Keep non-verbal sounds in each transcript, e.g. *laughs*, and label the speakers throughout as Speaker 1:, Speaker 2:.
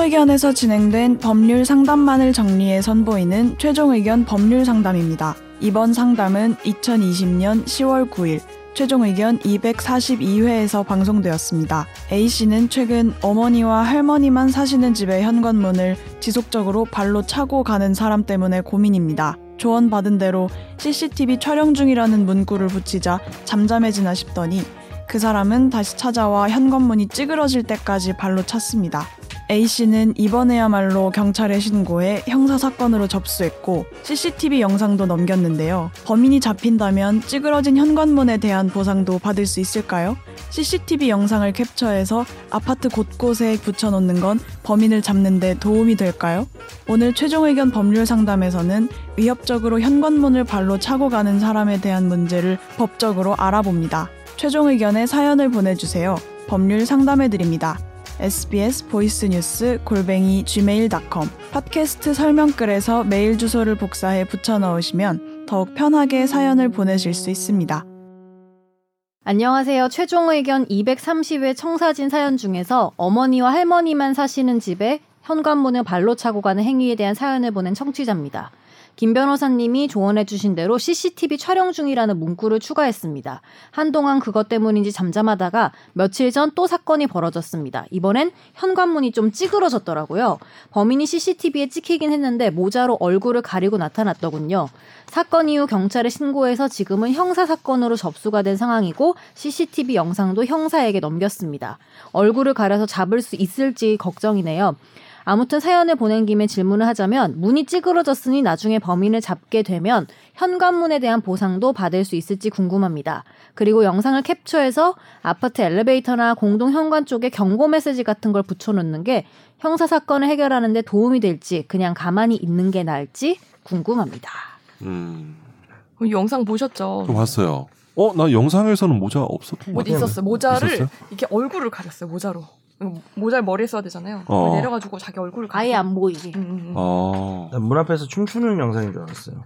Speaker 1: 의견에서 진행된 법률 상담만을 정리해 선보이는 최종 의견 법률 상담입니다. 이번 상담은 2020년 10월 9일 최종 의견 242회에서 방송되었습니다. A씨는 최근 어머니와 할머니만 사시는 집의 현관문을 지속적으로 발로 차고 가는 사람 때문에 고민입니다. 조언받은 대로 CCTV 촬영 중이라는 문구를 붙이자 잠잠해지나 싶더니 그 사람은 다시 찾아와 현관문이 찌그러질 때까지 발로 찼습니다. A씨는 이번에야말로 경찰에 신고해 형사사건으로 접수했고 CCTV 영상도 넘겼는데요. 범인이 잡힌다면 찌그러진 현관문에 대한 보상도 받을 수 있을까요? CCTV 영상을 캡처해서 아파트 곳곳에 붙여놓는 건 범인을 잡는데 도움이 될까요? 오늘 최종 의견 법률 상담에서는 위협적으로 현관문을 발로 차고 가는 사람에 대한 문제를 법적으로 알아봅니다. 최종 의견의 사연을 보내주세요. 법률 상담해드립니다. SBS 보이스뉴스 골뱅이 gmail.com 팟캐스트 설명글에서 메일 주소를 복사해 붙여넣으시면 더욱 편하게 사연을 보내실 수 있습니다.
Speaker 2: 안녕하세요. 최종 의견 230회 청사진 사연 중에서 어머니와 할머니만 사시는 집에 현관문을 발로 차고 가는 행위에 대한 사연을 보낸 청취자입니다. 김 변호사님이 조언해주신 대로 CCTV 촬영 중이라는 문구를 추가했습니다. 한동안 그것 때문인지 잠잠하다가 며칠 전 또 사건이 벌어졌습니다. 이번엔 현관문이 좀 찌그러졌더라고요. 범인이 CCTV에 찍히긴 했는데 모자로 얼굴을 가리고 나타났더군요. 사건 이후 경찰에 신고해서 지금은 형사 사건으로 접수가 된 상황이고 CCTV 영상도 형사에게 넘겼습니다. 얼굴을 가려서 잡을 수 있을지 걱정이네요. 아무튼 사연을 보낸 김에 질문을 하자면 문이 찌그러졌으니 나중에 범인을 잡게 되면 현관문에 대한 보상도 받을 수 있을지 궁금합니다. 그리고 영상을 캡처해서 아파트 엘리베이터나 공동 현관 쪽에 경고 메시지 같은 걸 붙여놓는 게 형사 사건을 해결하는데 도움이 될지 그냥 가만히 있는 게 나을지 궁금합니다.
Speaker 3: 음,
Speaker 4: 그럼 영상 보셨죠? 뭐
Speaker 3: 좀 봤어요. 어, 나 영상에서는 모자 없었던 것
Speaker 4: 어디
Speaker 3: 같아.
Speaker 4: 있었어요? 모자를
Speaker 3: 있었어요?
Speaker 4: 이렇게 얼굴을 가렸어요. 모자로. 음, 모자를 머리에 써야 되잖아요.
Speaker 3: 어.
Speaker 4: 내려가지고 자기 얼굴을 가렸어요.
Speaker 2: 아예 안 보이게.
Speaker 4: 음, 음, 음.
Speaker 3: 어,
Speaker 5: 난문 앞에서 춤추는 영상인 줄 알았어요.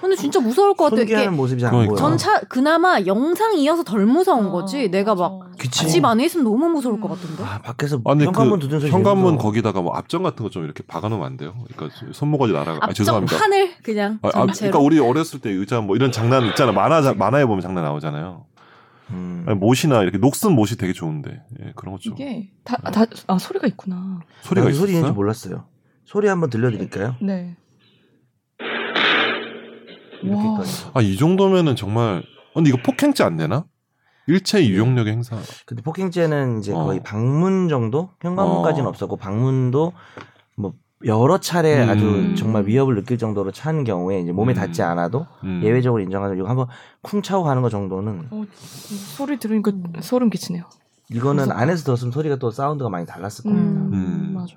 Speaker 2: 근데 진짜 무서울 것 같아. 이게
Speaker 5: 손기하는 모습이 잘 안 보여.
Speaker 3: 그러니까. 전
Speaker 2: 전차 그나마 영상 이어서 덜 무서운 거지.
Speaker 4: 아,
Speaker 2: 내가
Speaker 4: 맞아.
Speaker 2: 막
Speaker 5: 그치.
Speaker 2: 집 안에 있으면 너무 무서울 것
Speaker 4: 음.
Speaker 2: 같은데.
Speaker 5: 아, 밖에서
Speaker 3: 아니
Speaker 5: 현관문
Speaker 3: 그
Speaker 5: 두드는 소리
Speaker 3: 현관문
Speaker 5: 들리죠?
Speaker 3: 거기다가 뭐 앞정 같은 거 좀 이렇게 박아놓으면 안 돼요? 그러니까 손모가지 날아가. 아,
Speaker 2: 앞쪽
Speaker 3: 죄송합니다.
Speaker 2: 판을 그냥
Speaker 3: 아, 아,
Speaker 2: 전체로.
Speaker 3: 그러니까 우리 어렸을 때 의자 뭐 이런 장난 있잖아. 만화 자- 만화에 보면 장난 나오잖아요.
Speaker 5: 음.
Speaker 3: 아니, 뭐 못이나 이렇게 녹슨 못이 되게 좋은데 예, 그런 거죠.
Speaker 4: 이게 다, 아, 다, 아, 소리가 있구나.
Speaker 3: 소리가
Speaker 5: 나도 소리 있는지
Speaker 3: 있었어요?
Speaker 5: 몰랐어요. 소리 한번 들려드릴까요?
Speaker 4: 네.
Speaker 5: 이렇게까지.
Speaker 3: 아, 이 정도면은 정말 근데 이거 폭행죄 안 되나? 일체 유용력의 행사.
Speaker 5: 근데 폭행죄는 이제
Speaker 3: 어.
Speaker 5: 거의 방문 정도? 현관문까지는
Speaker 3: 어.
Speaker 5: 없었고 방문도 뭐 여러 차례
Speaker 3: 음.
Speaker 5: 아주 정말 위협을 느낄 정도로 찬 경우에 이제 몸에
Speaker 3: 음.
Speaker 5: 닿지 않아도
Speaker 3: 음.
Speaker 5: 예외적으로 인정하는 이거 한번 쿵 차고 가는 거 정도는
Speaker 4: 어, 소리 들으니까
Speaker 2: 음.
Speaker 4: 소름 끼치네요.
Speaker 5: 이거는
Speaker 4: 무섭다.
Speaker 5: 안에서 들었으면 소리가 또 사운드가 많이 달랐을 겁니다.
Speaker 4: 음,
Speaker 3: 음.
Speaker 4: 맞아.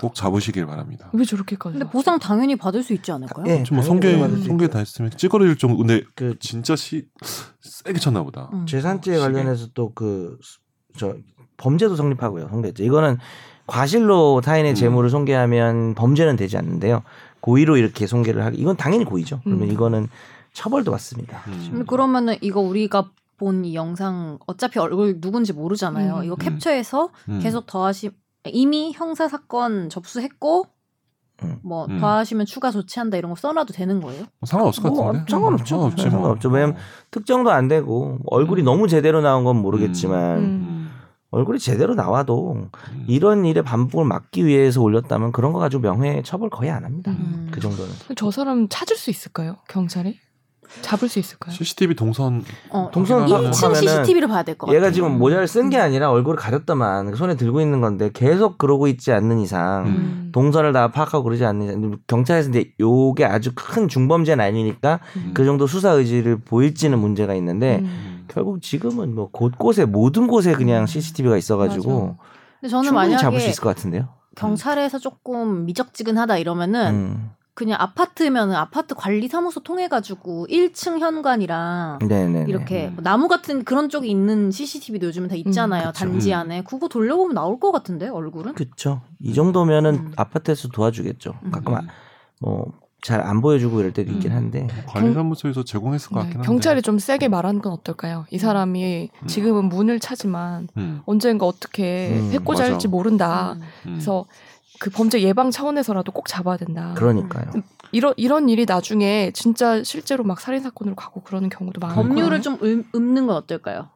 Speaker 3: 꼭 잡으시길 바랍니다.
Speaker 4: 왜 저렇게까지?
Speaker 2: 근데 보상 당연히 받을 수 있지 않을까요?
Speaker 5: 예,
Speaker 3: 좀뭐
Speaker 5: 당연히
Speaker 3: 성게
Speaker 5: 받을 수
Speaker 3: 성게
Speaker 5: 있죠.
Speaker 3: 다 했으면 찌그러질 정도. 근데
Speaker 5: 그
Speaker 3: 진짜 시 세게 쳤나 보다.
Speaker 2: 음.
Speaker 5: 재산죄
Speaker 3: 시계.
Speaker 5: 관련해서 또 그 저 범죄도 성립하고요. 성립죄 이거는 과실로 타인의
Speaker 3: 음.
Speaker 5: 재물을 손괴하면 범죄는 되지 않는데요. 고의로 이렇게 손괴를 하기 이건 당연히 고의죠. 그러면
Speaker 4: 음.
Speaker 5: 이거는 처벌도 맞습니다.
Speaker 3: 음.
Speaker 2: 근데 그러면은 이거 우리가 본 이 영상 어차피 얼굴 누군지 모르잖아요.
Speaker 4: 음.
Speaker 2: 이거
Speaker 3: 음.
Speaker 2: 캡처해서
Speaker 3: 음.
Speaker 2: 계속 더하시 이미 형사 사건 접수했고
Speaker 5: 음.
Speaker 2: 뭐
Speaker 3: 음.
Speaker 2: 더하시면 추가 조치한다 이런 거 써놔도 되는 거예요?
Speaker 3: 뭐 상관없을 것
Speaker 5: 뭐,
Speaker 3: 같은데.
Speaker 5: 상관없죠. 네,
Speaker 3: 상관없지 뭐.
Speaker 5: 상관없죠. 왜냐면- 특정도 안 되고 뭐 얼굴이
Speaker 2: 음.
Speaker 5: 너무 제대로 나온 건 모르겠지만
Speaker 4: 음.
Speaker 3: 음.
Speaker 5: 얼굴이 제대로 나와도
Speaker 3: 음.
Speaker 5: 이런 일의 반복을 막기 위해서 올렸다면 그런 거 가지고 명예 처벌 거의 안 합니다.
Speaker 2: 음.
Speaker 5: 그 정도는.
Speaker 4: 저 사람 찾을 수 있을까요? 경찰이? 잡을 수 있을까요?
Speaker 3: CCTV 동선
Speaker 2: 어,
Speaker 5: 동선
Speaker 3: 확인하면-
Speaker 2: 2층
Speaker 5: 뭐 하면은
Speaker 2: CCTV를 봐야 될 것 같아요. 음.
Speaker 5: 얘가 지금 모자를 쓴 게 아니라 얼굴을 가렸다만 그 손에 들고 있는 건데 계속 그러고 있지 않는 이상
Speaker 3: 음.
Speaker 5: 동선을 다 파악하고 그러지 않는 이상 경찰에서 이제 요게 아주 큰 중범죄는 아니니까
Speaker 4: 음.
Speaker 5: 그 정도 수사 의지를 보일지는 문제가 있는데
Speaker 4: 음.
Speaker 3: 음.
Speaker 5: 결국 지금은 뭐 곳곳에 모든 곳에 그냥 CCTV가 있어가지고
Speaker 2: 근데 음. 저는
Speaker 5: 충분히
Speaker 2: 만약에
Speaker 5: 잡을 수 있을 것 같은데요.
Speaker 2: 경찰에서 조금 미적지근하다 이러면은
Speaker 5: 음.
Speaker 2: 그냥 아파트면은 아파트 관리사무소 통해 가지고 1층 현관이랑
Speaker 5: 네네.
Speaker 2: 이렇게
Speaker 3: 음.
Speaker 2: 뭐 나무 같은 그런 쪽에 있는 CCTV도 요즘은 다 있잖아요.
Speaker 5: 그쵸.
Speaker 2: 단지
Speaker 3: 음.
Speaker 2: 안에 그거 돌려보면 나올 것
Speaker 4: 그,
Speaker 2: 같은데 얼굴은?
Speaker 5: 그쵸. 이 정도면은
Speaker 2: 음.
Speaker 5: 아파트에서 도와주겠죠.
Speaker 2: 음.
Speaker 5: 가끔 아- 뭐 잘 안 보여주고 이럴 때도 있긴
Speaker 4: 음.
Speaker 5: 한데
Speaker 3: 관리사무소에서 제공했을 것
Speaker 4: 네,
Speaker 3: 같긴 한데.
Speaker 4: 경찰이 좀 세게 말하는 건 어떨까요? 이 사람이
Speaker 3: 음.
Speaker 4: 지금은 문을 차지만
Speaker 3: 음,
Speaker 4: 언젠가 어떻게
Speaker 5: 음,
Speaker 4: 해코지
Speaker 3: 맞아.
Speaker 4: 할지 모른다.
Speaker 2: 음.
Speaker 3: 음.
Speaker 4: 그래서 그 범죄 예방 차원에서라도 꼭 잡아야 된다.
Speaker 5: 그러니까요.
Speaker 4: 이런 이런 일이 나중에 진짜 실제로 막 살인 사건으로 가고 그러는 경우도 많아요.
Speaker 2: 법률을 좀 음, 읊, 는 건 어떨까요?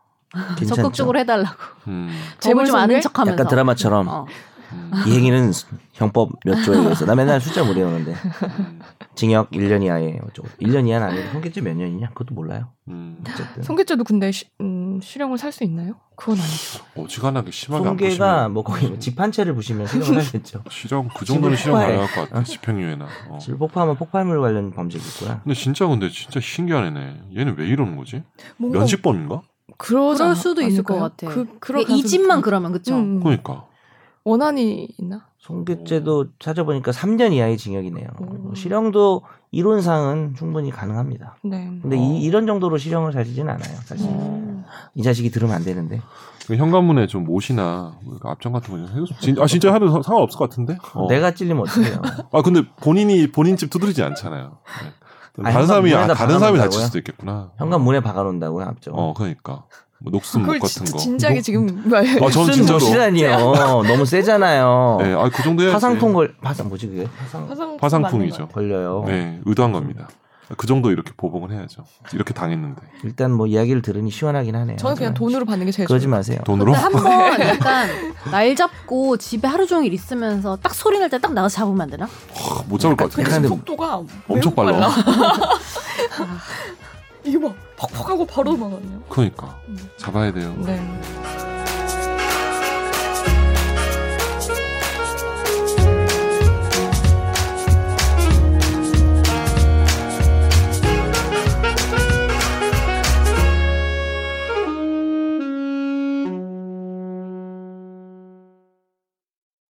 Speaker 5: 괜찮죠.
Speaker 2: 적극적으로 해달라고.
Speaker 3: 음,
Speaker 4: 재벌
Speaker 2: 법을 좀 아는
Speaker 4: 소개?
Speaker 2: 척하면서.
Speaker 5: 약간 드라마처럼
Speaker 2: 어.
Speaker 3: 음,
Speaker 5: 이 행위는 형법 몇 조에 의해서 나 맨날 숫자 못 외우는데
Speaker 3: 음,
Speaker 5: 징역 1년 이하에 어쩌고 1년 이하는 아니고 형기죄 몇 년이냐 그것도 몰라요.
Speaker 3: 음.
Speaker 5: 어쨌든
Speaker 4: 성계죄도 근데 시- 음, 실형을 살 수 있나요? 그건 아니죠.
Speaker 3: 어지간하게 심하게 안
Speaker 5: 손괴가
Speaker 3: 보시면
Speaker 5: 뭐 거의 뭐 집한 채를 부시면 실형을
Speaker 3: *laughs*
Speaker 5: 하겠죠.
Speaker 3: 실형 그 정도는 실형
Speaker 5: 폭발.
Speaker 3: 가능할 것 같아. 집행유예나. 어.
Speaker 5: 질 폭파하면 폭발물 관련 범죄겠구나.
Speaker 3: 근데 진짜 근데 진짜 신기한 애네. 얘는 왜 이러는 거지?
Speaker 4: 뭔가
Speaker 3: 면직범인가?
Speaker 4: 그러지
Speaker 2: 그럴
Speaker 4: 않-
Speaker 2: 수도 있을
Speaker 4: 않을까요?
Speaker 2: 것 같아.
Speaker 4: 그, 그럴
Speaker 2: 근데 이
Speaker 4: 가능성이
Speaker 2: 집만 그렇죠.
Speaker 4: 있-
Speaker 2: 그러면 그쵸?
Speaker 4: 음, 음.
Speaker 3: 그러니까.
Speaker 4: 원한이 있나?
Speaker 5: 손괴죄도 찾아보니까 3년 이하의 징역이네요.
Speaker 4: 오.
Speaker 5: 실형도 이론상은 충분히 가능합니다.
Speaker 4: 네.
Speaker 5: 근데
Speaker 3: 어.
Speaker 5: 이, 이런 정도로 실형을 살지진 않아요. 사실
Speaker 4: 음.
Speaker 5: 이 자식이 들으면 안 되는데
Speaker 3: 그 현관문에 좀 못이나 뭐 이렇게 앞장 같은 거좀 해줬. 진, 아 진짜 하도 상- 상관없을 것 같은데. 어.
Speaker 5: 내가 찔리면
Speaker 4: *laughs*
Speaker 5: 어떡해요.
Speaker 3: 아 근데 본인이 본인 집 두드리지 않잖아요. 네.
Speaker 5: 아,
Speaker 3: 다른 사람이 아,
Speaker 5: 현관문에다
Speaker 3: 다른 사람이
Speaker 5: 박아놓는다고요?
Speaker 3: 다칠 수도 있겠구나.
Speaker 5: 현관 문에 박아놓는다고요 앞쪽.
Speaker 3: 어 그러니까 뭐 녹슨 목
Speaker 4: 그걸
Speaker 3: 같은
Speaker 4: 진짜
Speaker 3: 거.
Speaker 4: 진지하게 지금 말.
Speaker 3: 아, 전
Speaker 5: 무슨
Speaker 3: 진짜로.
Speaker 4: 네.
Speaker 5: 무시라니요. 어, 너무 세잖아요.
Speaker 3: 네, 아그 정도 해야지.
Speaker 5: 화상통 걸 화상 뭐지 그게? 화상
Speaker 4: 화상
Speaker 3: 화상풍이죠.
Speaker 5: 걸려요.
Speaker 3: 네, 의도한 겁니다. 그 정도 이렇게 보복을 해야죠. 이렇게 당했는데
Speaker 5: 일단 뭐 이야기를 들으니 시원하긴 하네요.
Speaker 4: 저는 그냥 돈으로 받는 게 제일
Speaker 5: 그러지
Speaker 4: 좋아요.
Speaker 5: 마세요.
Speaker 3: 돈으로.
Speaker 2: 근데 한 번 약간 날 잡고 집에 하루 종일 있으면서 딱 소리 날 때 딱 나가서 잡으면 안 되나?
Speaker 3: 아, 못 잡을 것 같아.
Speaker 5: 약간-
Speaker 4: 근데
Speaker 5: 근데
Speaker 4: 속도가
Speaker 3: 엄청
Speaker 4: 매우
Speaker 3: 빨라.
Speaker 4: *laughs* 이거 막 퍽퍽하고 바로 막았네요.
Speaker 3: 그러니까
Speaker 4: 음.
Speaker 3: 잡아야 돼요.
Speaker 4: 네.